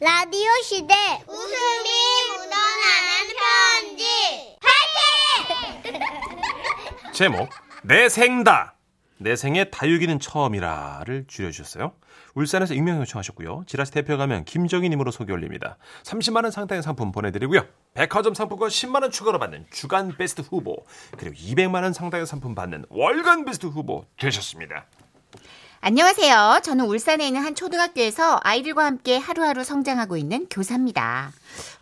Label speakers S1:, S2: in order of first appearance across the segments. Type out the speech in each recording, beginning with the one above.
S1: 라디오 시대 웃음이 묻어나는 편지
S2: 제목 내 생다 내 생에 다육이는 처음이라를 줄여주셨어요. 울산에서 익명 요청하셨고요. 지라시 대표 가면 김정희님으로 소개 올립니다. 30만 원 상당의 상품 보내드리고요. 백화점 상품권 10만 원 추가로 받는 주간 베스트 후보 그리고 200만 원 상당의 상품 받는 월간 베스트 후보 되셨습니다.
S3: 안녕하세요. 저는 울산에 있는 한 초등학교에서 아이들과 함께 하루하루 성장하고 있는 교사입니다.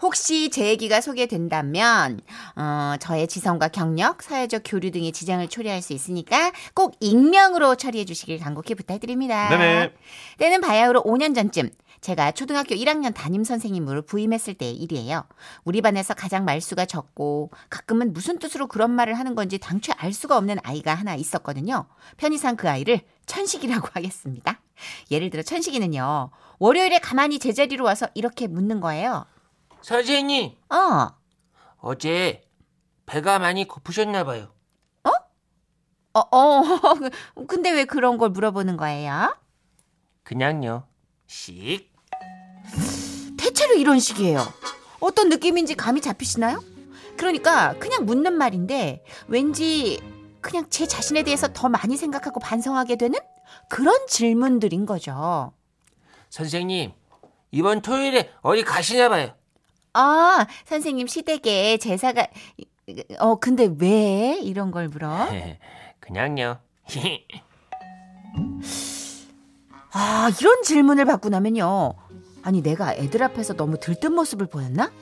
S3: 혹시 제 얘기가 소개된다면 어, 저의 지성과 경력, 사회적 교류 등의 지장을 초래할 수 있으니까 꼭 익명으로 처리해 주시길 간곡히 부탁드립니다.
S2: 네네.
S3: 때는 바야흐로 5년 전쯤 제가 초등학교 1학년 담임 선생님으로 부임했을 때의 일이에요. 우리 반에서 가장 말수가 적고 가끔은 무슨 뜻으로 그런 말을 하는 건지 당최 알 수가 없는 아이가 하나 있었거든요. 편의상 그 아이를 천식이라고 하겠습니다. 예를 들어 천식이는요. 월요일에 가만히 제자리로 와서 이렇게 묻는 거예요.
S4: 선생님,
S3: 어,
S4: 어제 배가 많이 고프셨나 봐요.
S3: 어, 어. 근데 왜 그런 걸 물어보는 거예요?
S4: 그냥요. 씩.
S3: 대체로 이런 식이에요. 어떤 느낌인지 감이 잡히시나요? 그러니까 그냥 묻는 말인데 왠지 그냥 제 자신에 대해서 더 많이 생각하고 반성하게 되는 그런 질문들인 거죠.
S4: 선생님, 이번 토요일에 어디 가시나 봐요.
S3: 아, 선생님 시댁에 제사가 어 근데 왜 이런 걸 물어?
S4: 그냥요.
S3: 아, 이런 질문을 받고 나면요. 아니, 내가 애들 앞에서 너무 들뜬 모습을 보였나?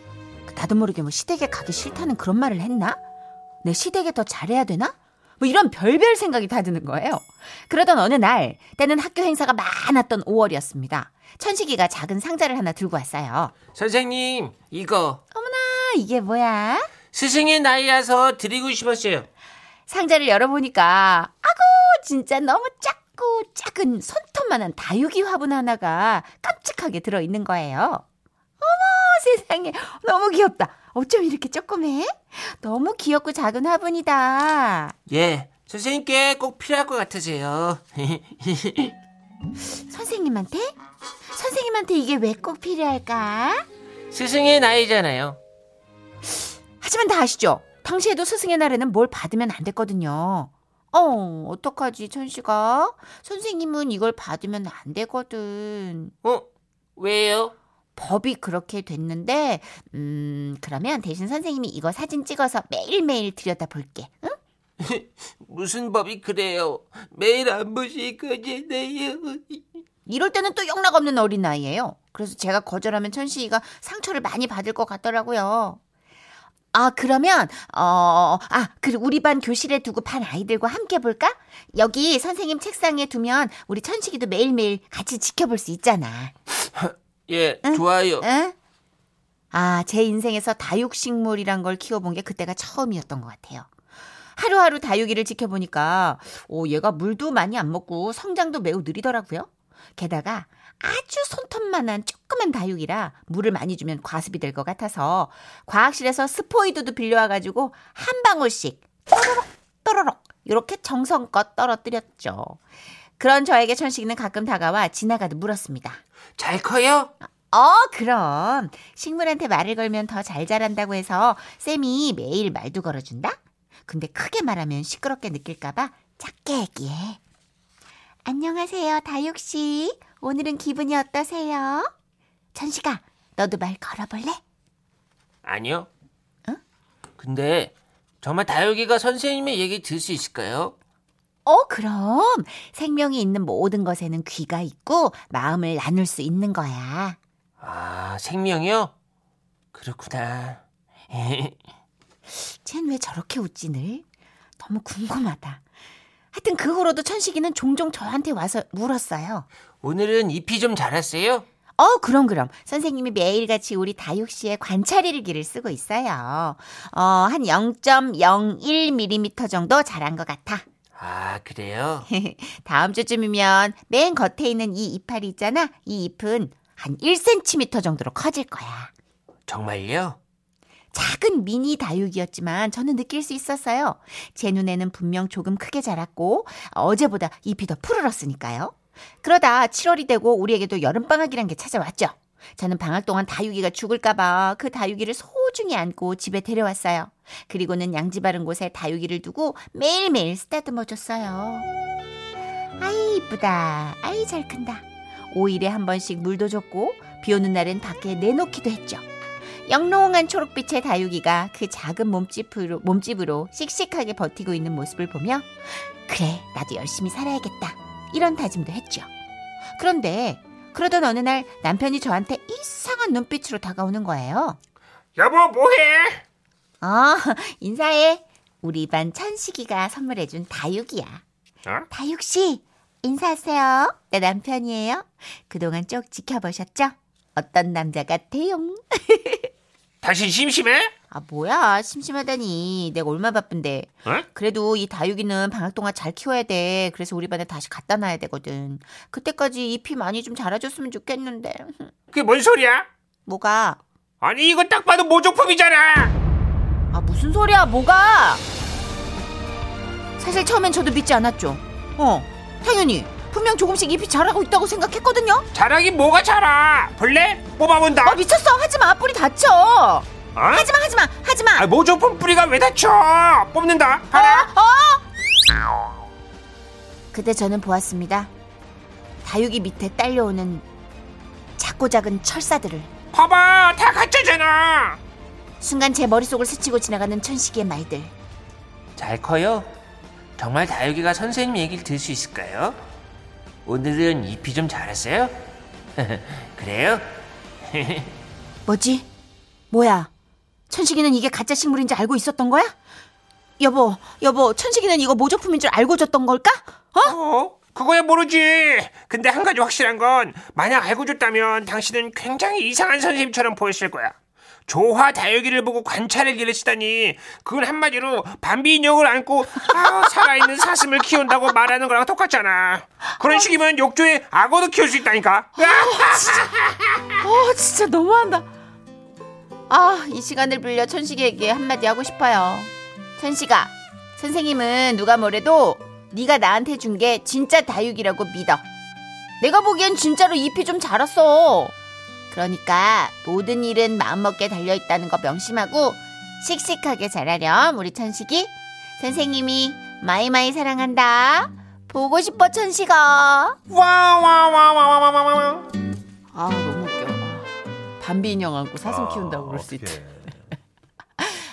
S3: 나도 모르게 뭐 시댁에 가기 싫다는 그런 말을 했나? 내 시댁에 더 잘해야 되나? 뭐 이런 별별 생각이 다 드는 거예요. 그러던 어느 날, 때는 학교 행사가 많았던 5월이었습니다. 천식이가 작은 상자를 하나 들고 왔어요.
S4: 선생님, 이거
S3: 아, 이게 뭐야?
S4: 스승의 날이라서 드리고 싶었어요.
S3: 상자를 열어보니까 아고 진짜 너무 작고 작은 손톱만한 다육이 화분 하나가 깜찍하게 들어있는 거예요. 어머 세상에 너무 귀엽다. 어쩜 이렇게 조그매? 너무 귀엽고 작은 화분이다.
S4: 예, 선생님께 꼭 필요할 것 같으세요.
S3: 선생님한테? 선생님한테 이게 왜 꼭 필요할까?
S4: 스승의 날이잖아요.
S3: 하지만 다 아시죠? 당시에도 스승의 날에는 뭘 받으면 안 됐거든요. 어, 어떡하지, 천씨가? 선생님은 이걸 받으면 안 되거든.
S4: 어? 왜요?
S3: 법이 그렇게 됐는데 음 그러면 대신 선생님이 이거 사진 찍어서 매일매일 들여다 볼게. 응?
S4: 무슨 법이 그래요? 매일 안 보실 거잖아요.
S3: 이럴 때는 또 영락 없는 어린아이예요. 그래서 제가 거절하면 천식이가 상처를 많이 받을 것 같더라고요. 아, 그러면 어, 아, 그리고 우리 반 교실에 두고 반 아이들과 함께 볼까? 여기 선생님 책상에 두면 우리 천식이도 매일매일 같이 지켜볼 수 있잖아.
S4: 예, 좋아요.
S3: 응? 아, 제 인생에서 다육식물이란 걸 키워본 게 그때가 처음이었던 것 같아요. 하루하루 다육이를 지켜보니까, 오, 얘가 물도 많이 안 먹고 성장도 매우 느리더라고요. 게다가 아주 손톱만한 조그만 다육이라 물을 많이 주면 과습이 될 것 같아서 과학실에서 스포이드도 빌려와가지고 한 방울씩 또로록 또로록 이렇게 정성껏 떨어뜨렸죠. 그런 저에게 천식이는 가끔 다가와 지나가듯 물었습니다.
S4: 잘 커요?
S3: 어, 그럼. 식물한테 말을 걸면 더 잘 자란다고 해서 쌤이 매일 말도 걸어준다? 근데 크게 말하면 시끄럽게 느낄까봐 작게 얘기해. 안녕하세요, 다육씨. 오늘은 기분이 어떠세요? 천식아, 너도 말 걸어볼래?
S4: 아니요. 근데 정말 다육이가 선생님의 얘기 들 수 있을까요?
S3: 어, 그럼. 생명이 있는 모든 것에는 귀가 있고 마음을 나눌 수 있는 거야.
S4: 아, 생명이요? 그렇구나.
S3: 쟨 왜 저렇게 웃지 늘? 너무 궁금하다. 하여튼 그 후로도 천식이는 종종 저한테 와서 물었어요.
S4: 오늘은 잎이 좀 자랐어요?
S3: 어, 그럼 그럼. 선생님이 매일같이 우리 다육 씨의 관찰 일기를 쓰고 있어요. 어, 한 0.01mm 정도 자란 것 같아.
S4: 아, 그래요?
S3: 다음 주쯤이면 맨 겉에 있는 이 이파리 있잖아. 이 잎은 한 1cm 정도로 커질 거야.
S4: 정말요?
S3: 작은 미니 다육이었지만 저는 느낄 수 있었어요. 제 눈에는 분명 조금 크게 자랐고 어제보다 잎이 더 푸르렀으니까요. 그러다 7월이 되고 우리에게도 여름방학이란 게 찾아왔죠. 저는 방학 동안 다육이가 죽을까봐 그 다육이를 소중히 안고 집에 데려왔어요. 그리고는 양지 바른 곳에 다육이를 두고 매일매일 쓰다듬어 줬어요. 아이, 이쁘다. 아이, 잘 큰다. 5일에 한 번씩 물도 줬고, 비 오는 날엔 밖에 내놓기도 했죠. 영롱한 초록빛의 다육이가 그 작은 몸집으로, 몸집으로 씩씩하게 버티고 있는 모습을 보며, 그래, 나도 열심히 살아야겠다. 이런 다짐도 했죠. 그런데, 그러던 어느 날 남편이 저한테 이상한 눈빛으로 다가오는 거예요.
S4: 여보 뭐해?
S3: 어, 인사해. 우리 반 천식이가 선물해준 다육이야.
S4: 어?
S3: 다육씨, 인사하세요. 내 남편이에요. 그동안 쭉 지켜보셨죠? 어떤 남자 같아요?
S4: 당신 심심해?
S3: 아, 뭐야. 심심하다니. 내가 얼마 바쁜데.
S4: 어?
S3: 그래도 이 다육이는 방학 동안 잘 키워야 돼. 그래서 우리 반에 다시 갖다 놔야 되거든. 그때까지 잎이 많이 좀 자라줬으면 좋겠는데.
S4: 그게 뭔 소리야?
S3: 뭐가?
S4: 아니 이거 딱 봐도 모조품이잖아.
S3: 아 무슨 소리야 뭐가 사실 처음엔 저도 믿지 않았죠 어 당연히 분명 조금씩 잎이 자라고 있다고 생각했거든요
S4: 자라긴 뭐가 자라? 볼래? 뽑아본다.
S3: 아 미쳤어 하지마 뿌리 다쳐
S4: 어?
S3: 하지마 하지마 하지마
S4: 아, 모조품 뿌리가 왜 다쳐? 뽑는다. 하나.
S3: 어? 그때 저는 보았습니다 다육이 밑에 딸려오는 작고 작은 철사들을
S4: 봐봐 다 가짜잖아.
S3: 순간 제 머릿속을 스치고 지나가는 천식이의 말들
S4: 잘 커요? 정말 다육이가 선생님 얘기를 들을 수 있을까요? 오늘은 잎이 좀 자랐어요? 그래요?
S3: 뭐지? 뭐야? 천식이는 이게 가짜 식물인지 알고 있었던 거야? 여보, 여보, 천식이는 이거 모조품인 줄 알고 줬던 걸까? 어?
S4: 어? 그거야 모르지. 근데 한 가지 확실한 건 만약 알고 줬다면 당신은 굉장히 이상한 선생님처럼 보였을 거야. 조화 다육이를 보고 관찰을 기르시다니 그건 한마디로 반비 인형을 안고 아우, 살아있는 사슴을 키운다고 말하는 거랑 똑같잖아. 그런 식이면 욕조에 악어도 키울 수 있다니까.
S3: 어, 진짜 너무한다. 아, 이 시간을 빌려 천식이에게 한마디 하고 싶어요. 천식아, 선생님은 누가 뭐래도 네가 나한테 준 게 진짜 다육이라고 믿어. 내가 보기엔 진짜로 잎이 좀 자랐어. 그러니까 모든 일은 마음먹기에 달려있다는 거 명심하고 씩씩하게 자라렴 우리 천식이. 선생님이 마이마이 사랑한다. 보고 싶어 천식아.
S4: 와와와와와와와.
S3: 아 너무 웃겨. 반비 인형 안고 사슴 키운다고 그럴 수
S2: 아. 어떡해.
S3: 있다.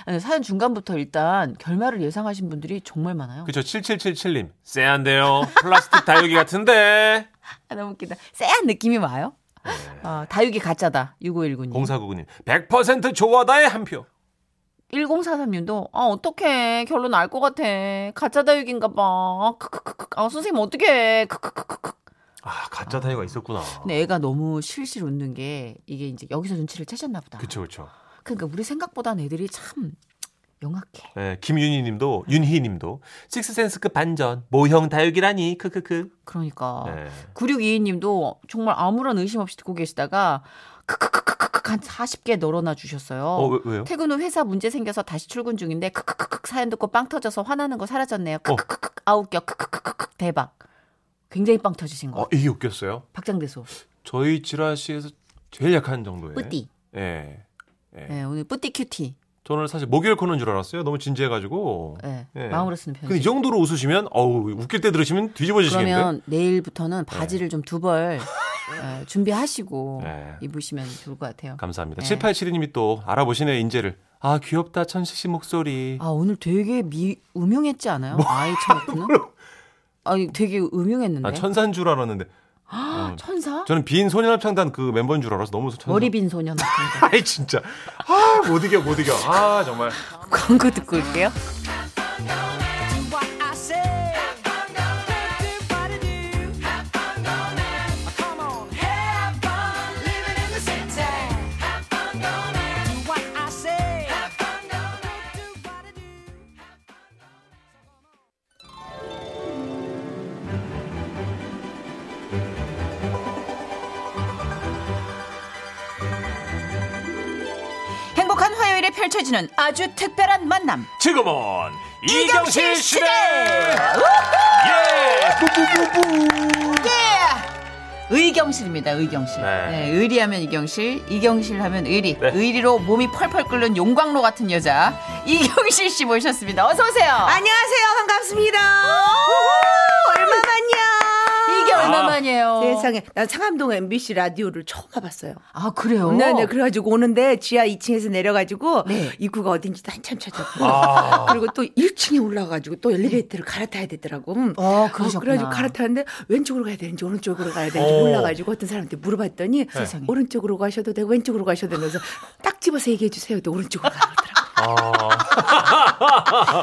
S3: 아니, 사연 중간부터 일단 결말을 예상하신 분들이 정말 많아요.
S2: 그쵸, 7777님. 쎄한데요. 플라스틱 다육이 같은데.
S3: 아, 너무 웃기다. 쎄한 느낌이 와요.
S2: 네.
S3: 아, 다육이 가짜다. 6519님.
S2: 0499님. 100% 조화다의 한 표.
S3: 1043님도 아 어떡해. 결론 알 것 같아. 가짜 다육인가 봐. 아, 크크크크. 아 선생님 어떡해. 크크크크크.
S2: 아, 가짜 다육이가 있었구나.
S3: 근데 애가 너무 실실 웃는 게 이게 이제 여기서 눈치를 채셨나 보다.
S2: 그쵸, 그쵸.
S3: 그러니까 우리 생각보다는 애들이 참 영악해.
S2: 예, 김윤희 님도, 윤희 님도, 식스센스급 반전, 모형 다육이라니, 크크크.
S3: 그러니까.
S2: 예.
S3: 9622님도 정말 아무런 의심 없이 듣고 계시다가 크크크크크크 한 40개 널어놔 주셨어요.
S2: 어, 왜, 왜요?
S3: 퇴근 후 회사 문제 생겨서 다시 출근 중인데 크크크크 사연 듣고 빵 터져서 화나는 거
S2: 어.
S3: 사라졌네요. 크크크크 아웃 겨 크크크크 대박. 굉장히 빵 터지신 거.
S2: 어, 이게 웃겼어요.
S3: 박장대소.
S2: 저희 지라시에서 제일 약한 정도예요.
S3: 뿌띠.
S2: 예. 예.
S3: 예, 오늘 뿌띠 큐티.
S2: 저는 사실 목요일 코너인 줄 알았어요. 너무 진지해가지고.
S3: 예.
S2: 예.
S3: 마음으로 쓰는 편지.
S2: 근데 이 정도로 웃으시면, 어우, 웃길 때 들으시면 뒤집어지시겠는데.
S3: 그러면
S2: 네.
S3: 내일부터는 바지를 좀 두벌 예, 준비하시고
S2: 예.
S3: 입으시면 좋을 것 같아요.
S2: 감사합니다.
S3: 네.
S2: 7872님이 또 알아보시네요, 인재를. 아, 귀엽다, 천식 씨 목소리.
S3: 아 오늘 되게 미 음흉했지 않아요? 아이 처음부터는? 아니 되게 음흉했는데.
S2: 난 천사인 음. 줄 알았는데.
S3: 아, 천사?
S2: 저는 빈 소년합창단 그 멤버인 줄 알아서 너무 천사.
S3: 머리 빈 소년 같은 거.
S2: 아이, 진짜. 아, 못 이겨, 못 이겨. 아, 정말.
S3: 광고 듣고 올게요. 행복한 화요일에 펼쳐지는 아주 특별한 만남.
S2: 지금은 이경실 시대! 예! 뿌뿌뿌뿌!
S3: 예! 의경실입니다. 의경실.
S2: 네.
S3: 네, 의리하면 이경실, 이경실 하면 의리.
S2: 네.
S3: 의리로 몸이 펄펄 끓는 용광로 같은 여자 이경실 씨 모셨습니다. 어서 오세요.
S5: 안녕하세요. 반갑습니다. 얼마만이야?
S3: 이게 얼마만이에요?
S5: 아. 세상에 난 상암동 MBC 라디오를 처음 와봤어요.
S3: 아 그래요?
S5: 네네 그래가지고 오는데 지하 2층에서 내려가지고
S3: 네.
S5: 입구가 어딘지도 한참 찾았고
S2: 아.
S5: 그리고 또 1층에 올라가지고 또 엘리베이터를 갈아타야 되더라고. 음.
S3: 어, 그러셨구나.
S5: 그래가지고 갈아타는데 왼쪽으로 가야 되는지 오른쪽으로 가야 되는지
S2: 오.
S5: 몰라가지고 어떤 사람한테 물어봤더니
S3: 네. 세상에.
S5: 오른쪽으로 가셔도 되고 왼쪽으로 가셔도 되면서 딱 집어서 얘기해 주세요. 또 오른쪽으로 가더라고.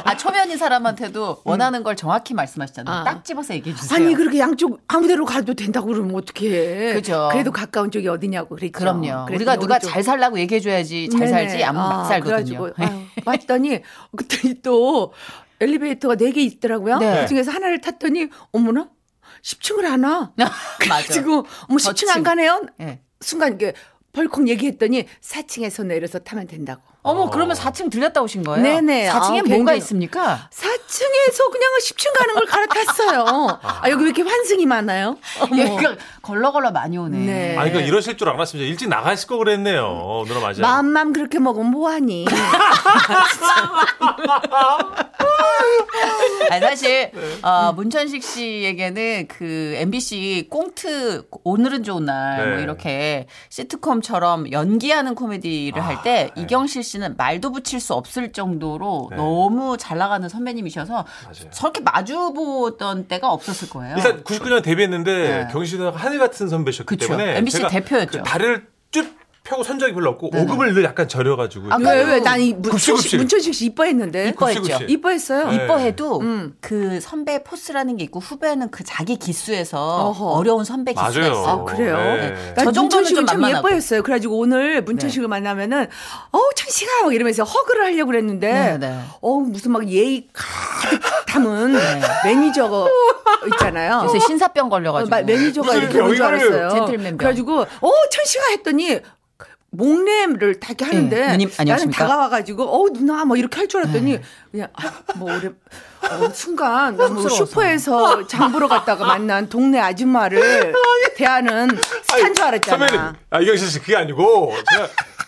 S3: 아 초면인 사람한테도 원하는 걸 정확히 말씀하시잖아요.
S5: 음. 아.
S3: 딱 집어서 얘기해 주세요.
S5: 아니 그렇게 양쪽 아무데로 가도 된다고 그러면 어떻게 해?
S3: 그죠.
S5: 그래도 가까운 쪽이 어디냐고 그랬죠.
S3: 그럼요.
S5: 그렇죠. 그랬더니
S3: 우리가 누가
S5: 오른쪽-
S3: 잘 살라고 얘기해줘야지 잘
S5: 네네.
S3: 살지 아무 막
S5: 아,
S3: 살거든요. 예. 네.
S5: 그래가지고, 아유, 봤더니 그때 또 엘리베이터가 네 개 있더라고요.
S3: 네.
S5: 그중에서 하나를 탔더니 어머나 10층을 안 와.
S3: 네. 맞아.
S5: 그래가지고 어머 10층
S3: 저층.
S5: 안 가네요.
S3: 예.
S5: 순간 이게 벌컥 얘기했더니 4층에서 내려서 타면 된다고.
S3: 어머 그러면 4층 들렸다 오신 거예요?
S5: 네네.
S3: 4층에
S5: 아,
S3: 뭔가
S5: 굉장히-
S3: 있습니까?
S5: 4층에서 그냥 10층 가는 걸 갈아탔어요. 아 여기 왜 이렇게 환승이 많아요? 어머.
S3: 얘가 예, 걸러걸러 많이 오네.
S5: 네.
S2: 아니, 그러니까 이러실 줄 알았습니다. 일찍 나가실 거 그랬네요. 누나 맞아요.
S5: 맘맘 그렇게 먹으면 뭐하니?
S3: 아니, 사실 어, 문천식 씨에게는 그 MBC 꽁트 오늘은 좋은 날 뭐
S2: 네.
S3: 이렇게 시트콤처럼 연기하는 코미디를
S2: 아,
S3: 할 때
S2: 네.
S3: 이경실 씨는 말도 붙일 수 없을 정도로
S2: 네.
S3: 너무 잘 나가는 선배님이셔서
S2: 맞아요.
S3: 저렇게 마주 보던 때가 없었을 거예요.
S2: 일단 99년 데뷔했는데
S3: 어. 네.
S2: 경신 누나가 하늘 같은 선배셨기
S3: 그쵸.
S2: 때문에
S3: MBC
S2: 제가
S3: 대표였죠.
S2: 그 다리를 쭉 펴고 선 적이 별로 없고
S3: 네네.
S2: 오금을 늘 약간 절여가지고
S3: 아,
S2: 이렇게
S5: 왜, 왜, 난이
S2: 굽실,
S5: 문천식,
S2: 굽실.
S5: 문천식 씨 이뻐했는데.
S3: 이뻐했죠.
S2: 굽실, 굽실.
S5: 이뻐했어요.
S2: 네.
S3: 이뻐해도
S5: 음.
S3: 그 선배의 포스라는 게 있고 후배는 그 자기 기수에서
S5: 어허.
S3: 어려운 선배 기수가
S2: 맞아요.
S3: 있어요.
S5: 아, 그래요?
S2: 네.
S3: 저
S5: 난
S3: 정도는 좀
S5: 문천식을 참
S3: 만만하고. 네.
S5: 예뻐했어요. 그래가지고 오늘 문천식을 만나면은, 어우, 천식아! 막 이러면서 허그를 하려고 그랬는데,
S3: 네, 네.
S5: 어우, 무슨 막 예의 가득 담은 매니저가 있잖아요.
S3: 요새 신사병
S5: 어,
S3: 걸려가지고
S5: 마- 매니저가
S2: 무슨
S5: 이렇게 온 줄
S2: 병이래요.
S5: 알았어요.
S3: 젠틀맨병.
S5: 그래가지고, 어, 천식아! 했더니, 그 목례를 딱 하는데
S3: 예, 누님,
S5: 나는
S3: 안녕하십니까? 네.
S5: 다가와가지고 어 누나 뭐 이렇게 할 줄 알았더니 그냥 아, 뭐 오래 어, 순간 너무
S3: 쑥스러워서.
S5: 슈퍼에서 장 보러 갔다가 만난 동네 아줌마를 대하는 산 줄 알았잖아.
S2: 선배님, 아, 이경신 씨 그게 아니고 제가,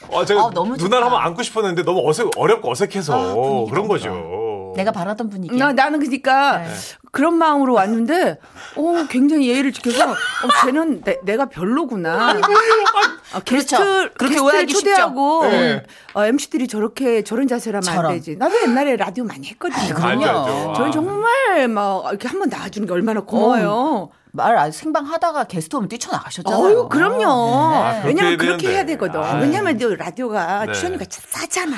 S2: 어, 제가
S3: 아, 너무 좋다.
S2: 누나를 한번 안고 싶었는데 너무 어색 어렵고 어색해서
S3: 분위기
S2: 그런
S3: 너무 좋아.
S2: 거죠.
S3: 내가 바라던 분위기.
S5: 나, 나는 그러니까
S3: 네.
S5: 그런 마음으로 왔는데 어 굉장히 예의를 지켜서 어, 쟤는 내, 가 별로구나. 아, 게스트
S3: 그렇죠. 그렇게
S5: 게스트를
S3: 오해하기 쉽죠. 예.
S5: 초대하고
S2: 네.
S5: 어, MC들이 저렇게 저런 자세라면
S3: 저런.
S5: 안 되지. 나도 옛날에 라디오 많이 했거든요.
S3: 그럼요.
S2: 알죠, 알죠.
S5: 저는
S2: 아.
S5: 정말 막 이렇게 한 번 나와주는 게 얼마나 고마워요.
S3: 말 아주 생방하다가 게스트 오면 뛰쳐나가셨잖아요. 예.
S5: 어유 그럼요.
S2: 아, 그렇게 해야
S5: 왜냐면 그렇게
S2: 되는데.
S5: 해야 되거든.
S2: 아.
S5: 왜냐면 또 라디오가
S2: 네.
S5: 출연료가 참 싸잖아.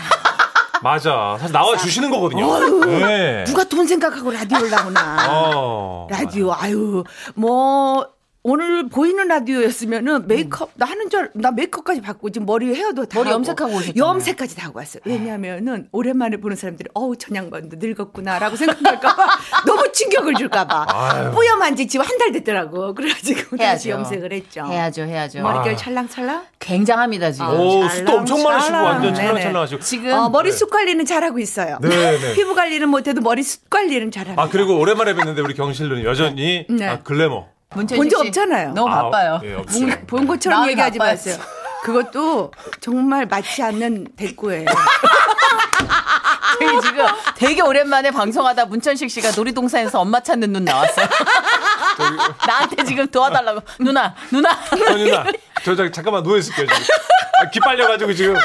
S2: 맞아. 사실 나와 주시는 거거든요. 네.
S5: 누가 돈 생각하고 라디오를 나오나.
S2: 어.
S5: 라디오 아유 뭐 오늘 보이는 라디오였으면은 메이크업 나 하는 줄 나 메이크업까지 받고 지금 머리 헤어도 다
S3: 음. 머리
S5: 하고,
S3: 염색하고 오셨잖아요.
S5: 염색까지 다 하고 왔어요. 왜냐하면은 오랜만에 보는 사람들이 어우 천양반도 늙었구나라고 생각할까봐 너무 충격을 줄까봐
S2: 아유.
S5: 뿌염한 지 지금 한 달 됐더라고. 그래가지고
S3: 어.
S5: 다시
S3: 해야죠.
S5: 염색을 했죠. 아.
S3: 해야죠, 해야죠.
S2: 아.
S5: 머릿결 찰랑찰랑.
S3: 굉장합니다 지금.
S2: 오, 숱도 엄청 많으시고 완전
S5: 찰랑.
S2: 찰랑찰랑하시고.
S3: 지금
S5: 어, 머리숱 관리는 잘하고 있어요.
S2: 네, 네.
S5: 피부 관리는 못해도 머리숱 관리는 잘합니다.
S2: 아 그리고 오랜만에 뵀는데 우리 경실 누님 여전히
S5: 네.
S2: 아, 글래머.
S3: 문천식
S5: 본적
S3: 씨
S5: 없잖아요.
S3: 너무
S2: 아,
S3: 어, 바빠요.
S2: 예, 없어요.
S5: 본, 본 것처럼
S3: 마음이
S5: 얘기하지
S3: 바빠요.
S5: 마세요. 그것도 정말 맞지 않는 대꾸예요.
S3: 저희 지금 되게 오랜만에 방송하다 문천식 씨가 놀이동산에서 엄마 찾는 눈 나왔어요. 나한테 지금 도와달라고 누나 누나.
S2: 저 누나, 저 자- 잠깐만 누워 있을게요 지금. 아, 기빨려가지고 지금.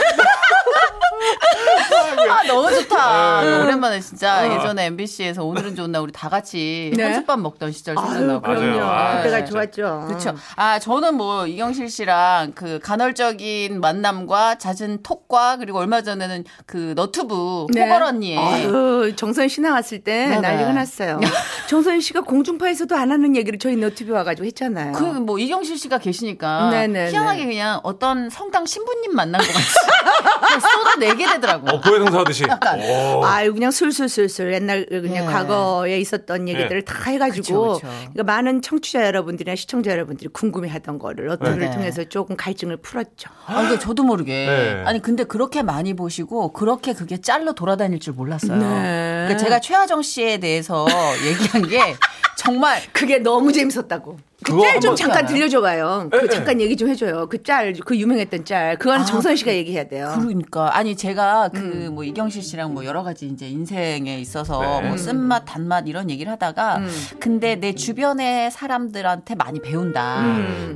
S3: 아 너무 좋다.
S5: 네.
S3: 오랜만에 진짜
S5: 어.
S3: 예전에 MBC에서 오늘은 좋은 날 우리 다 같이
S5: 네.
S3: 혼술밥 먹던 시절
S5: 아유,
S3: 생각나고.
S5: 음, 그럼요.
S2: 맞아요.
S5: 그때가
S3: 아,
S5: 좋았죠.
S3: 그렇죠. 아 저는 뭐 이경실 씨랑 그 간헐적인 만남과 잦은 톡과 그리고 얼마 전에는 그 너튜브
S5: 네.
S3: 호벌 언니의
S5: 아유, 그 정선 씨 나왔을 때
S3: 네.
S5: 난리가 났어요. 정선 씨가 공중파에서도 안 하는 얘기를 저희 너튜브 와가지고 했잖아요.
S3: 그 뭐 이경실 씨가 계시니까
S5: 네네네.
S3: 희한하게 그냥 어떤 성당 신부님 만난 것 같이 그냥 쏟아내게 되더라고.
S2: 어, 고해동사 하듯이.
S3: 약간.
S2: 오.
S5: 아유 그냥 술술술술 옛날 그냥
S3: 예.
S5: 과거에 있었던 얘기들을
S2: 예.
S5: 다 해가지고
S3: 네. 그쵸, 그쵸.
S5: 그러니까 많은 청취자 여러분들이나 시청자 여러분들이 궁금해하던 거를 어떤
S3: 네.
S5: 걸 통해서 조금 갈증을 풀었죠.
S3: 아, 근데 저도 모르게.
S2: 네.
S3: 아니, 근데 그렇게 많이 보시고, 그렇게 그게 짤로 돌아다닐 줄 몰랐어요.
S5: 네.
S3: 그러니까 제가 최하정 씨에 대해서 얘기한 게, 정말
S5: 그게 너무 재밌었다고.
S2: 그거
S5: 그 짤 좀
S2: 한번-
S5: 잠깐 들려줘봐요.
S2: 예, 예.
S5: 그 잠깐 얘기 좀 해줘요. 그 짤, 그 유명했던 짤. 그건 정선 씨가 얘기해야 돼요.
S3: 그러니까 아니 제가 그 뭐 이경실 씨랑 뭐 여러 가지 이제 인생에 있어서
S2: 네.
S3: 뭐 쓴맛 단맛 이런 얘기를 하다가 근데 내 주변의 사람들한테 많이 배운다.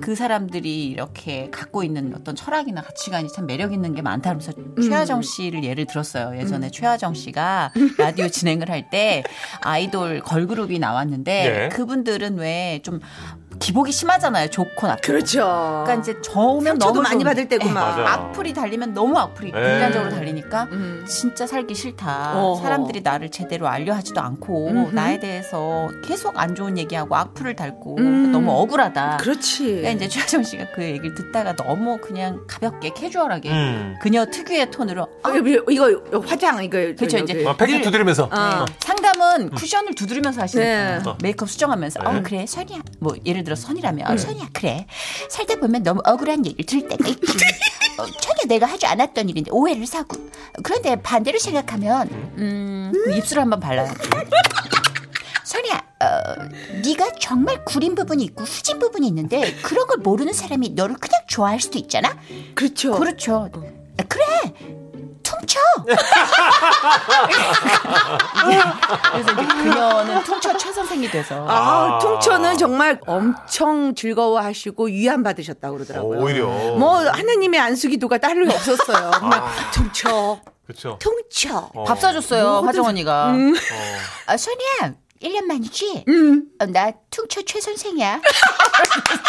S3: 그 사람들이 이렇게 갖고 있는 어떤 철학이나 가치관이 참 매력 있는 게 많다 하면서 최하정 씨를 예를 들었어요. 예전에 최하정 씨가 라디오 진행을 할 때 아이돌 걸그룹이 나왔는데
S2: 예.
S3: 그분들은 왜 좀 기복이 심하잖아요. 좋고 나쁘고.
S5: 그렇죠.
S3: 그러니까 이제 저으면
S5: 상처도
S3: 너무 좋은데.
S5: 많이
S3: 예.
S5: 받을 때구만.
S2: 맞아요.
S3: 악플이 달리면 너무 악플이
S2: 네.
S3: 극단적으로 달리니까 진짜 살기 싫다.
S5: 음. 어허.
S3: 사람들이 나를 제대로 알려하지도 않고 나에 대해서 계속 안 좋은 얘기하고 악플을 달고 너무 억울하다.
S5: 음. 그렇지.
S3: 그러니까 이제 최하정 씨가 그 얘기를 듣다가 너무 그냥 가볍게 캐주얼하게
S2: 음.
S3: 그녀 특유의 톤으로
S5: 어, 이거, 이거 화장 이거
S3: 그렇죠, 이제.
S5: 여기.
S2: 아, 팩트
S3: 늘-
S2: 두드리면서.
S5: 아,
S3: 상담은 쿠션을 두드리면서 하시니까
S5: 네.
S3: 메이크업 수정하면서
S2: 네.
S3: 어 그래 선이야 뭐 예를 들어 선이라면 어, 선이야 그래 살다 보면 너무 억울한 얘기를 들 때가 있지 어, 전혀 내가 하지 않았던 일인데 오해를 사고 그런데 반대로 생각하면 음 입술 한번 발라요 선이야 어, 네가 정말 구린 부분이 있고 후진 부분이 있는데 그런 걸 모르는 사람이 너를 그냥 좋아할 수도 있잖아
S5: 그렇죠.
S3: 그렇죠 아, 그래 퉁쳐 그래서 이제 그녀는 퉁쳐 최선생이 돼서
S5: 아,
S2: 아.
S5: 통초는 정말 엄청 즐거워하시고 위안 받으셨다고 그러더라고요.
S2: 어, 오, 오히려.
S5: 뭐 하나님의 안수기도가 따로 없었어요. 막 통초,
S2: 그렇죠.
S5: 통초.
S3: 밥 사줬어요 화정 언니가 아,
S6: 어, 소니야, 1년 만이지?
S5: 음.
S6: 어, 나 퉁초 최 선생이야.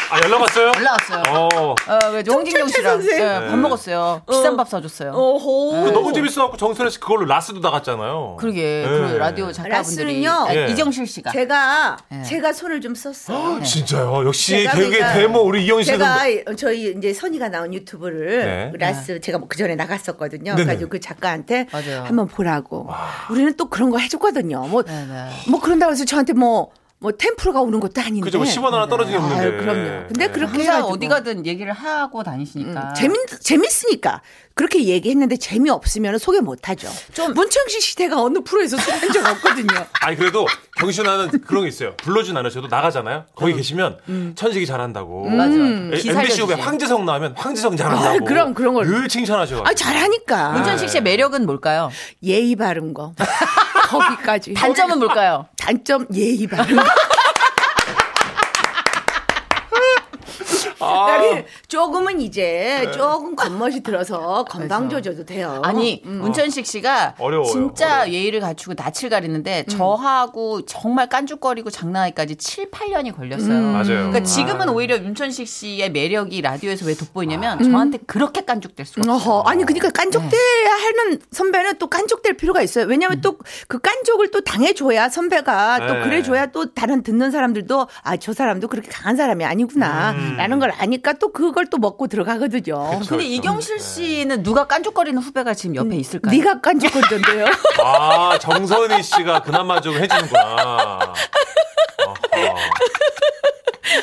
S2: 아, 연락 왔어요?
S3: 올라왔어요.
S2: 어.
S3: 어, 그래서 홍진경 씨랑
S5: 선생.
S3: 예, 밥 먹었어요. 비싼 밥 사줬어요.
S5: 오호.
S2: 그 너무 재밌어갖고 정선혜 씨 그걸로 라스도 나갔잖아요.
S3: 그러게
S2: 예.
S3: 그 라디오 작가분들이
S5: 라스는요?
S3: 아,
S2: 예.
S3: 이정실 씨가
S5: 제가
S3: 네.
S5: 제가 손을 좀 썼어요.
S2: 진짜요. 역시
S5: 제가
S2: 개그의
S5: 그러니까
S2: 대모 우리 이영희 씨는
S5: 제가 저희 이제 선이가 나온 유튜브를
S2: 네.
S5: 라스 제가 그 전에 나갔었거든요.
S2: 네네.
S5: 그래가지고 그 작가한테
S3: 맞아요.
S5: 한번 보라고. 우리는 또 그런 거 해줬거든요. 뭐,
S3: 네네.
S5: 뭐 그런다고 해서 저한테 뭐, 뭐 템프로가 오는 것도 아닌데.
S2: 그죠. 뭐 10원 하나 떨어지게 없는데. 네.
S5: 네. 아유, 그럼요. 근데 그렇게
S3: 항상
S5: 해가지고
S3: 어디 가든 얘기를 하고 다니시니까
S5: 재밌 재밌으니까 그렇게 얘기했는데 재미 없으면 소개 못 하죠. 문창식 시대가 어느 프로에서 소개한 적 없거든요.
S2: 아니 그래도 경신 나는 그런 게 있어요. 불러준 않으셔도 나가잖아요. 거기 계시면 천식이 잘한다고.
S3: 음. 맞아.
S2: 에,
S3: 기사를
S2: MBC 후배
S3: 주시지.
S2: 황지성 나오면 황지성 잘한다고.
S5: 아, 그럼 그런 걸.
S2: 늘 칭찬하셔.
S5: 아 잘하니까
S3: 문천식 씨의 매력은 뭘까요?
S5: 예의 바른 거 거기까지.
S3: 단점은 뭘까요?
S5: 단점 예의 바른 거. 나는 조금은 이제 조금 겉멋이 들어서 건방 져줘도 돼요.
S3: 아니
S5: 음.
S3: 문천식 씨가
S2: 어려워요.
S3: 진짜
S2: 어려워.
S3: 예의를 갖추고 낯을 가리는데
S5: 음.
S3: 저하고 정말 깐죽거리고 장난하기까지 7, 8년이 걸렸어요.
S5: 음.
S2: 맞아요. 음.
S3: 그러니까 지금은 오히려 윤천식 씨의 매력이 라디오에서 왜 돋보이냐면 저한테 그렇게 깐죽될 수가 없어요.
S5: 아. 어허, 아니 그러니까 깐족대 하는 선배는 또 깐족될 필요가 있어요. 왜냐하면 또 그 깐족을 또 당해줘야 선배가 또
S2: 네.
S5: 그래줘야 또 다른 듣는 사람들도 아 저 사람도 그렇게 강한 사람이 아니구나라는 걸 아니까 또 그걸 또 먹고 들어가거든요.
S2: 그쵸.
S3: 근데 이경실
S2: 네.
S3: 씨는 누가 깐죽거리는 후배가 지금 옆에 있을까요?
S5: 음. 네가 깐족거리던데요.
S2: 아 정선희 씨가 그나마 좀 해주는구나. 아하.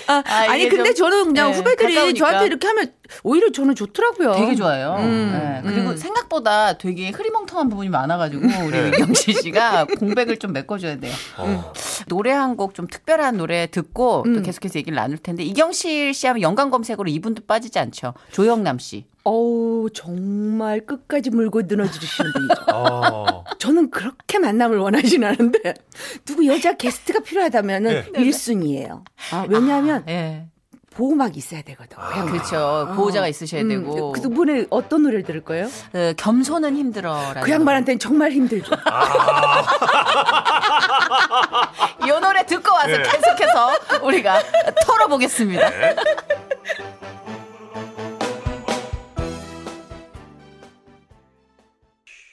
S5: 아,
S3: 아, 이게
S5: 니 근데
S3: 좀,
S5: 저는 그냥
S3: 네,
S5: 후배들이
S3: 가까우니까.
S5: 저한테 이렇게 하면 오히려 저는 좋더라고요.
S3: 되게 좋아요.
S5: 음.
S3: 네. 그리고 생각보다 되게 흐리멍텅한 부분이 많아가지고
S5: 네.
S3: 우리 이경실 씨가 공백을 좀 메꿔줘야 돼요. 음.
S2: 어.
S3: 노래 한 곡 좀 특별한 노래 듣고
S5: 음.
S3: 또 계속해서 얘기를 나눌 텐데 이경실 씨 하면 연관 검색으로 이분도 빠지지 않죠. 조영남 씨.
S5: 어우 정말 끝까지 물고 늘어지시는 분이죠.
S2: 어.
S5: 저는 그렇게 만남을 원하진 않은데 누구 여자 게스트가
S2: 네.
S5: 필요하다면은
S3: 네.
S5: 일 1순위예요. 아, 왜냐하면
S3: 예.
S5: 보호막이 있어야 되거든.
S3: 그렇죠. 보호자가 있으셔야 되고.
S5: 그 분의 어떤 노래를 들을 거예요?
S3: 그 겸손은 힘들어라는.
S5: 그 양반한테는 정말 힘들죠.
S3: 이 노래 듣고
S5: 예.
S3: 와서
S2: 네.
S3: 계속해서 우리가 털어보겠습니다.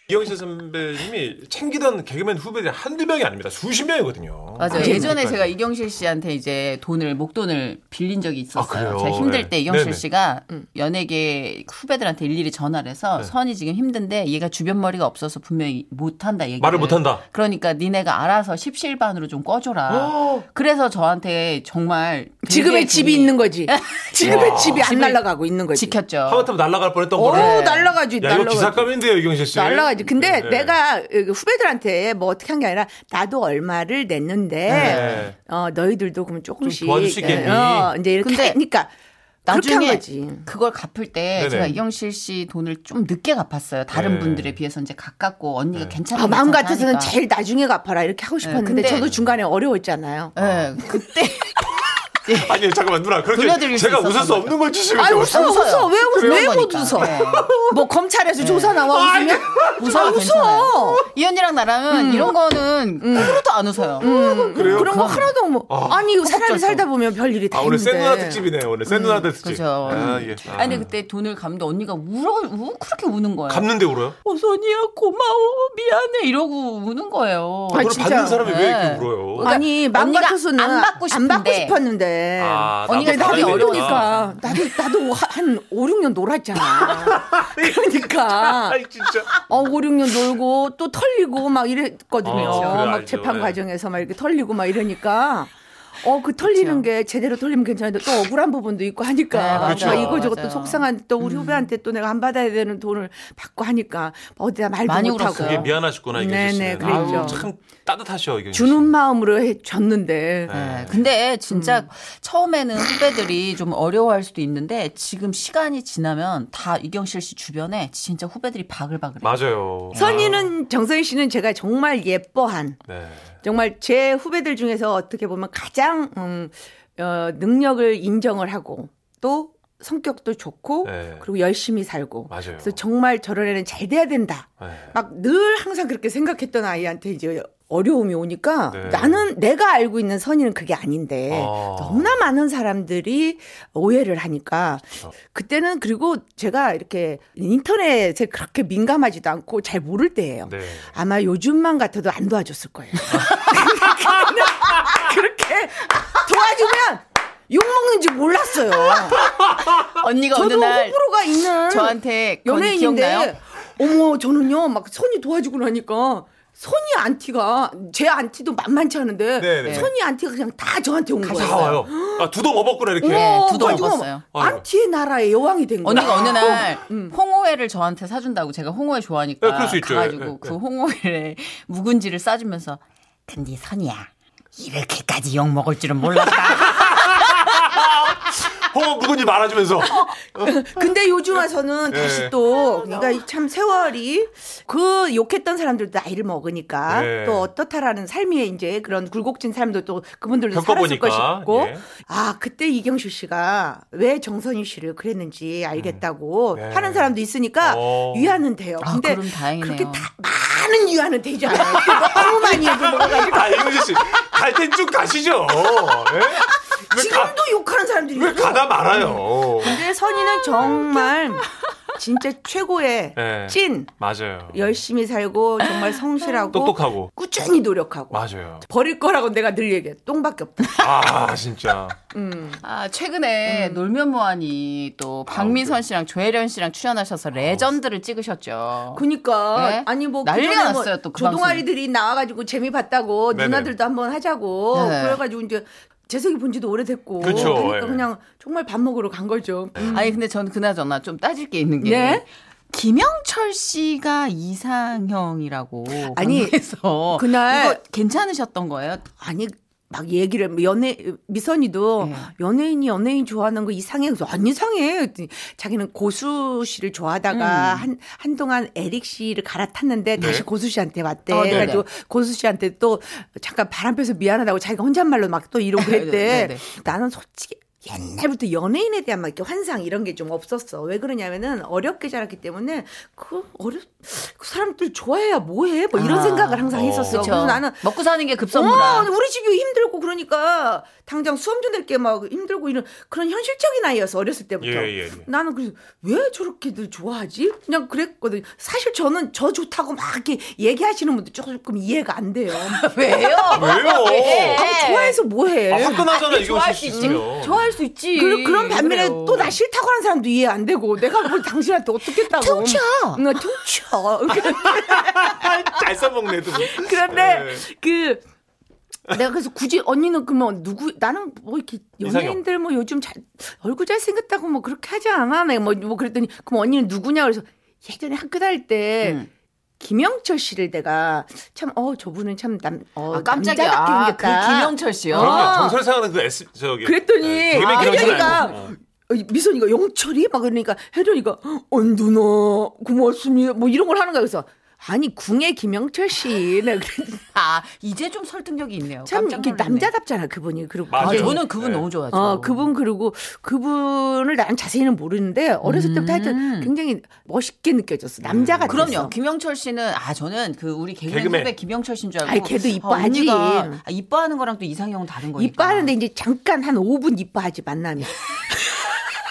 S2: 이경실 선배님이 챙기던 개그맨 후배들이 한두 명이 아닙니다. 수십 명이거든요.
S3: 맞아요. 예전에
S2: 어, 그러니까요.
S3: 제가 이경실 씨한테 이제 돈을 목돈을 빌린 적이 있었어요.
S2: 아, 그래요?
S3: 제가 힘들
S2: 네.
S3: 때 이경실
S2: 네네.
S3: 씨가
S5: 음.
S3: 연예계 후배들한테 일일이 전화를
S2: 네.
S3: 해서 선이 지금 힘든데 얘가 주변 머리가 없어서 분명히 못 한다 얘기를.
S2: 말을 못 한다.
S3: 그러니까 니네가 알아서 십실반으로 좀
S2: 어?
S3: 꺼줘라. 그래서 저한테 정말 되게
S5: 지금의 집이
S3: 돈이
S5: 있는 거지. 지금의
S2: 와.
S5: 집이 안
S3: 집을
S5: 날아가고 있는 거지.
S3: 지켰죠.
S2: 하마터면 날아갈
S3: 어,
S2: 뻔했던
S5: 오
S2: 거를.
S3: 네.
S5: 날아가지
S2: 야 이거
S5: 날아가지.
S2: 기사감인데요 이경실 씨.
S5: 날라가지. 근데
S2: 네.
S5: 내가 그 후배들한테 뭐 어떻게 한 게 아니라 나도 얼마를 냈는데 있는데
S2: 네.
S5: 어, 너희들도 그럼 조금씩
S2: 좀 도와줄 수 있겠니?
S5: 예, 어, 이제 이렇게
S3: 근데
S5: 하니까 그렇게 한
S3: 나중에
S5: 거지.
S3: 그걸 갚을 때
S2: 네네.
S3: 제가 이경실 씨 돈을 좀 늦게 갚았어요. 다른
S2: 네.
S3: 분들에 비해서 이제 가깝고 언니가 괜찮아.
S5: 아, 마음 같아서는 제일 나중에 갚아라 이렇게 하고 싶었는데
S3: 네, 근데-
S5: 저도 중간에 어려웠잖아요.
S3: 예, 그때
S2: 아니 잠깐만 누나 그렇게
S3: 돌려드릴 수
S2: 제가 웃을 수
S3: 있었던
S2: 없는 걸 주시면
S5: 아
S2: 좀
S5: 웃어 웃어,
S3: 웃어요.
S5: 왜 웃어
S3: 그런
S5: 왜 못
S3: 거니까.
S5: 웃어?
S3: 네.
S5: 뭐 검찰에서 조사 나와 웃으면
S3: 웃어요. 괜찮아요. 이 언니랑
S5: 음.
S3: 나랑은 이런 거는 코로도 안 웃어요.
S2: 그래요?
S5: 그런 거 하나도 뭐 아니 사람이 살다 보면 별 일이 다
S2: 아 오늘
S5: 있는데. 음,
S2: 센 누나 특집이네요 오늘 센 누나들 특집
S3: 그죠.
S2: 아, 예. 아.
S3: 아니 그때 돈을 감는데 언니가 울어 우, 그렇게 우는 거예요.
S2: 갚는데 울어요?
S3: 어, 선이야 고마워 미안해 이러고 우는 거예요.
S5: 아,
S2: 그걸
S5: 진짜.
S2: 받는 사람이 왜
S3: 네.
S2: 이렇게 울어요?
S5: 아니 마음
S3: 언니가
S5: 같아서는
S3: 안 받고 싶은데.
S5: 었는데
S2: 아, 나도
S5: 언니가 나이
S2: 받아야
S5: 어려니까 나도 나도 하- 한 5, 6년 놀았잖아. 그러니까
S2: 아이 진짜
S5: 어 5, 6년 놀고 또 털리고 막 이랬거든요.
S2: 어, 그래,
S5: 막
S2: 알죠.
S5: 재판
S2: 예.
S5: 과정에서 막 이렇게 털리고 막 이러니까 어 그 털리는 게 제대로 털리면 괜찮은데 또 억울한 부분도 있고 하니까
S3: 네,
S2: 그렇죠.
S5: 막 이거저것 또
S3: 맞아요. 음.
S5: 속상한 또 우리 후배한테 또 내가 안 받아야 되는 돈을 받고 하니까 어디다
S3: 많이
S5: 말도
S3: 울었어요.
S5: 못하고
S2: 그게 미안하셨구나 이경실 씨는.
S5: 네네,
S2: 아유,
S5: 그랬죠.
S2: 참 따뜻하셔 이경실 씨.
S5: 주는 마음으로 해 줬는데
S3: 네, 근데 진짜
S5: 음.
S3: 처음에는 후배들이 좀 어려워할 수도 있는데 지금 시간이 지나면 다 이경실 씨 주변에 진짜 후배들이 바글바글. 해요.
S2: 맞아요.
S5: 선이는 정선희 씨는 제가 정말 예뻐한
S2: 아, 네.
S5: 정말 제 후배들 중에서 어떻게 보면 가장 음, 어, 능력을 인정을 하고 또 성격도 좋고
S2: 네.
S5: 그리고 열심히 살고
S2: 맞아요.
S5: 그래서 정말 저런 애는 잘 돼야 된다.
S2: 네.
S5: 막 늘 항상 그렇게 생각했던 아이한테 이제 어려움이 오니까
S2: 네.
S5: 나는 내가 알고 있는 선의는 그게 아닌데
S2: 아.
S5: 너무나 많은 사람들이 오해를 하니까
S2: 어.
S5: 그때는 그리고 제가 이렇게 인터넷에 그렇게 민감하지도 않고 잘 모를 때예요.
S2: 네.
S5: 아마 요즘만 같아도 안 도와줬을 거예요. 그렇게 도와주면 욕 먹는지 몰랐어요.
S3: 언니가 어느
S5: 저도
S3: 날
S5: 호불호가 있는
S3: 저한테 연예인 기억나요?
S5: 연예인인데 어머 저는요 막 손이 도와주고 나니까 손이 안티가 제 안티도 만만치 않은데
S2: 네네.
S5: 손이 안티가 그냥 다 저한테 온 거예요.
S2: 다 와요. 아, 두도 먹었구나 이렇게.
S3: 네, 두
S5: 도
S3: 돈 먹었어요.
S5: 안티의 나라의 여왕이 된 거예요.
S3: 언니가 아, 어느 날 홍어회를 저한테 사준다고 제가 홍어회 좋아하니까
S2: 네, 그럴 수 있죠.
S3: 가가지고
S2: 예, 예,
S3: 그 홍어회에 묵은지를 싸주면서 근데 선이야 이렇게까지 욕 먹을 줄은 몰랐다.
S2: 어, 누군지 말아주면서.
S5: 근데 요즘 와서는
S2: 네.
S5: 다시 또 그러니까 참 세월이 그 욕했던 사람들도 나이를 먹으니까
S2: 네.
S5: 또 어떻다라는 삶이 이제 그런 굴곡진 삶도 또 그분들도 살았을
S2: 겪어보니까,
S5: 것이고
S2: 예.
S5: 아 그때 이경실 씨가 왜 정선희 씨를 그랬는지 알겠다고
S2: 네.
S5: 하는 사람도 있으니까
S2: 어.
S5: 위안은 돼요.
S3: 아,
S5: 근데
S3: 그럼 다행이네요.
S5: 그렇게 다 많은 위안은 되지 않아요. 너무 많이 얘기 먹어가지고
S2: 아, 이경실 씨. 갈 땐 쭉 가시죠. 예? 왜, 가,
S5: 지금도 욕하는 사람들이
S2: 왜
S5: 있고.
S2: 가다 말아요.
S5: 근데 선희는 정말 진짜 최고의
S2: 네.
S5: 찐
S2: 맞아요.
S5: 열심히 살고 정말 성실하고
S2: 똑똑하고.
S5: 꾸준히 노력하고
S2: 맞아요.
S5: 버릴 거라고 내가 늘 얘기해 똥밖에 없다. 음.
S2: 아, 진짜.
S3: 아 최근에 놀면 뭐하니 또 박민선 씨랑 조혜련 씨랑 출연하셔서 레전드를 찍으셨죠.
S5: 그니까
S3: 네?
S5: 아니 뭐
S3: 난리가
S5: 그전에 뭐
S3: 났어요, 또그
S5: 조동아리들이 나와가지고 재미 봤다고
S2: 네네.
S5: 누나들도 한번 하자고
S3: 네.
S5: 그래가지고 이제 재석이 본지도 오래됐고
S2: 그쵸,
S5: 러니까
S2: 예. 네.
S5: 그냥 정말 밥 먹으러 간 거죠.
S3: 아니 근데 전 그나저나 좀 따질 게 있는 게
S5: 네?
S3: 김영철 씨가 이상형이라고
S5: 아니,
S3: 방송에서
S5: 그날-
S3: 이거 괜찮으셨던 거예요?
S5: 아니 막 얘기를 연애 미선이도 연예인이 연예인 좋아하는 거 이상해 그래서 안 이상해 그랬더니 자기는 고수 씨를 좋아하다가
S3: 음.
S5: 한 한동안 에릭 씨를 갈아탔는데 다시 고수 씨한테 왔대
S3: 네. 어, 네네.
S5: 그래가지고 고수 씨한테 또 잠깐 바람 펴서 미안하다고 자기가 혼잣말로 막 또 이러고
S3: 네네.
S5: 했대 나는 솔직히 옛날부터 연예인에 대한 막 이렇게 환상 이런 게 좀 없었어. 왜 그러냐면은 어렵게 자랐기 때문에 그 어려 그 사람들 좋아해야 뭐해? 뭐 이런
S3: 아.
S5: 생각을 항상
S2: 어.
S3: 저
S5: 했었어. 그래서 나는
S3: 먹고 사는 게
S5: 어,
S3: 급선무라.
S5: 우리 집이 힘들고 그러니까 당장 수험 좀 낼게 막 힘들고 이런 그런 현실적인 아이였어 어렸을 때부터.
S2: 예, 예, 예.
S5: 나는 그래서 왜 저렇게들 좋아하지? 그냥 그랬거든. 요 사실 저는 저 좋다고 막 이렇게 얘기하시는 분들 조금 이해가 안 돼요.
S3: 왜요?
S2: 왜요?
S3: 왜?
S5: 아니, 좋아해서 뭐해?
S2: 네. 아, 화끈하잖아, 이경실
S3: 좋아할 수
S2: 씨.
S3: 있지. 좋아할 수 있지.
S5: 그, 그런 반면에
S3: 그래요.
S5: 또 나 싫다고 하는 사람도 이해 안 되고 내가 뭘 당신한테 어떻게 다고
S7: 퉁쳐!
S5: 나 퉁쳐. 그러니까
S2: 잘 써먹네, 두 분.
S5: 그런데
S2: 네.
S5: 그 내가 그래서 굳이 언니는 그러면 누구 나는 뭐 이렇게
S2: 이상형.
S5: 연예인들 뭐 요즘 잘 얼굴 잘 생겼다고
S3: 음.
S5: 뭐 그렇게 하지 않아? 내가 뭐, 뭐 그랬더니 그럼 언니는 누구냐? 그래서 예전에 학교 다닐 때 김영철 씨를 내가 참, 어, 저분은 참 남, 어,
S3: 아, 깜짝이야.
S5: 남자답게
S3: 아, 그
S5: 생겼다. 어.
S3: 김영철 씨요. 아,
S2: 그러면 정설상하는 그 S 저기 네,
S5: 그랬더니
S2: 개그맨
S5: 아,
S2: 김영철
S5: 혜련이가
S2: 아니고. 어.
S5: 어, 미선이가 영철이 막 그러니까 혜련이가 어 누나 고맙습니다 뭐 이런 걸 하는 거야 그래서 아니 궁의 김영철 씨 내가 그랬는데
S3: 아, 이제 좀 설득력이 있네요.
S5: 참
S3: 어, 깜짝
S5: 이렇게
S3: 놀랐네.
S5: 남자답잖아 그분이 그리고
S2: 맞아.
S3: 아,
S5: 그게-
S3: 저는 그분
S2: 네.
S3: 너무 좋아하죠.
S5: 어 그분 그리고 그분을 난 자세히는 모르는데 어렸을 때부터 하여튼 굉장히 멋있게 느껴졌어 남자 같았어
S3: 음. 그럼요. 김영철 씨는 아 저는 그 우리 개그맨,
S2: 개그맨.
S3: 후배 김영철 씨인 줄 알고.
S5: 아니, 걔도
S3: 아,
S5: 이뻐하지.
S3: 언니가 아, 이뻐하는 거랑 또 이상형은 다른 거니까.
S5: 이뻐하는데 이제 잠깐 한 5분 이뻐하지 만나면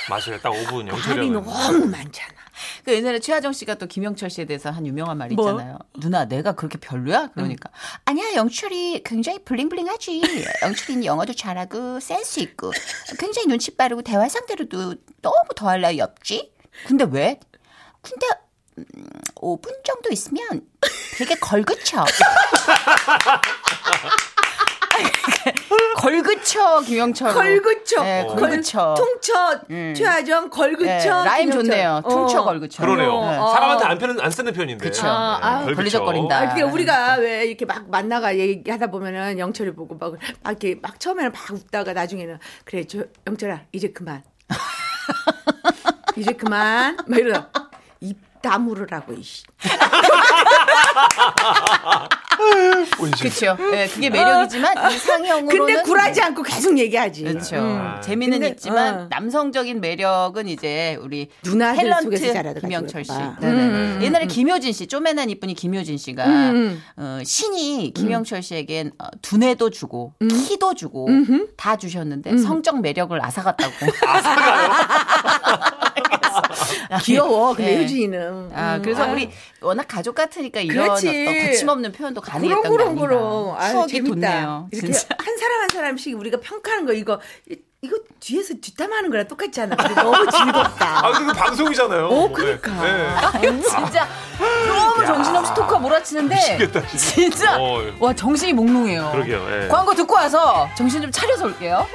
S2: 맞아요. 딱 5분
S5: 말이
S2: 영철이
S5: 너무 많잖아
S1: 그러니까
S3: 그 옛날에 최하정 씨가 또 김영철 씨에 대해서 한 유명한 말
S5: 뭐? 음.
S3: 있잖아요. 누나 내가 그렇게 별로야? 그러니까
S1: 아니야, 영철이 굉장히 블링블링하지. 영철이는 영어도 잘하고, 센스 있고, 굉장히 눈치 빠르고, 대화 상대로도 너무 더할 나위 없지?
S3: 근데 왜?
S1: 근데, 음, 5분 정도 있으면 되게 걸그쳐.
S3: 걸그쳐 김영철.
S5: 걸그쳐
S3: 네,
S2: 어.
S3: 걸그쳐.
S5: 통쳐
S3: 음.
S5: 최하정 걸그쳐
S1: 예,
S3: 네, 라임
S5: 김영철.
S3: 좋네요.
S5: 어.
S3: 퉁쳐 걸그쳐.
S2: 그러네요.
S3: 네.
S2: 사람한테 안, 편은, 안 쓰는 편인데.
S3: 그쵸.
S2: 네,
S3: 아,
S2: 덜 그쵸.
S3: 걸리적거린다.
S5: 아니, 그러니까 우리가 왜 이렇게 막 만나가 얘기하다 보면은 영철이 보고 막, 막 이렇게 막 처음에는 막 웃다가 나중에는 그래 저 영철아 이제 그만 이제 그만 막 이러다 입 다물으라고 이씨
S2: 본심.
S3: 그렇죠. 네, 그게 매력이지만 이상형으로는
S5: 음. 아.
S3: 네.
S5: 근데 굴하지 않고 계속 얘기하지
S3: 그렇죠.
S2: 음.
S3: 재미는
S5: 근데,
S3: 있지만
S5: 어.
S3: 남성적인 매력은 이제 우리
S5: 누나들
S3: 탤런트
S5: 속에서 자라다가
S3: 김영철 씨.
S5: 그럴까 봐.
S3: 네네.
S5: 음,
S3: 옛날에 김효진 씨, 쪼매난 이쁜이 김효진 씨가 어, 신이 김영철 씨에겐 어, 두뇌도 주고
S5: 음.
S3: 키도 주고 다 주셨는데 성적 매력을 아사갔다고.
S5: 예.
S3: 아사가요?
S5: 귀여워
S3: 그
S5: 근데 효진이는
S3: 네.
S5: 음.
S3: 아, 그래서 우리 워낙 가족 같으니까 이런
S5: 그렇지.
S3: 어떤 거침없는 표현도
S5: 그런
S3: 가능했던 게
S5: 그런
S3: 아닌가.
S5: 그런 아유
S3: 추억이
S5: 재밌다
S3: 돋네요.
S5: 이렇게
S3: 진짜.
S5: 한 사람 한 사람씩 우리가 평가하는 거 이거 이- 이거 뒤에서 뒷담하는 거랑 똑같지 않아 근데 너무 즐겁다
S2: 아, 근데 그 방송이잖아요. 네, 오,
S5: 그러니까.
S3: 진짜 너무 정신없이 토크가 몰아치는데 진짜
S2: 어.
S3: 와 정신이 몽롱해요.
S2: 그러게요, 예.
S3: 광고 듣고 와서 정신 좀 차려서 올게요.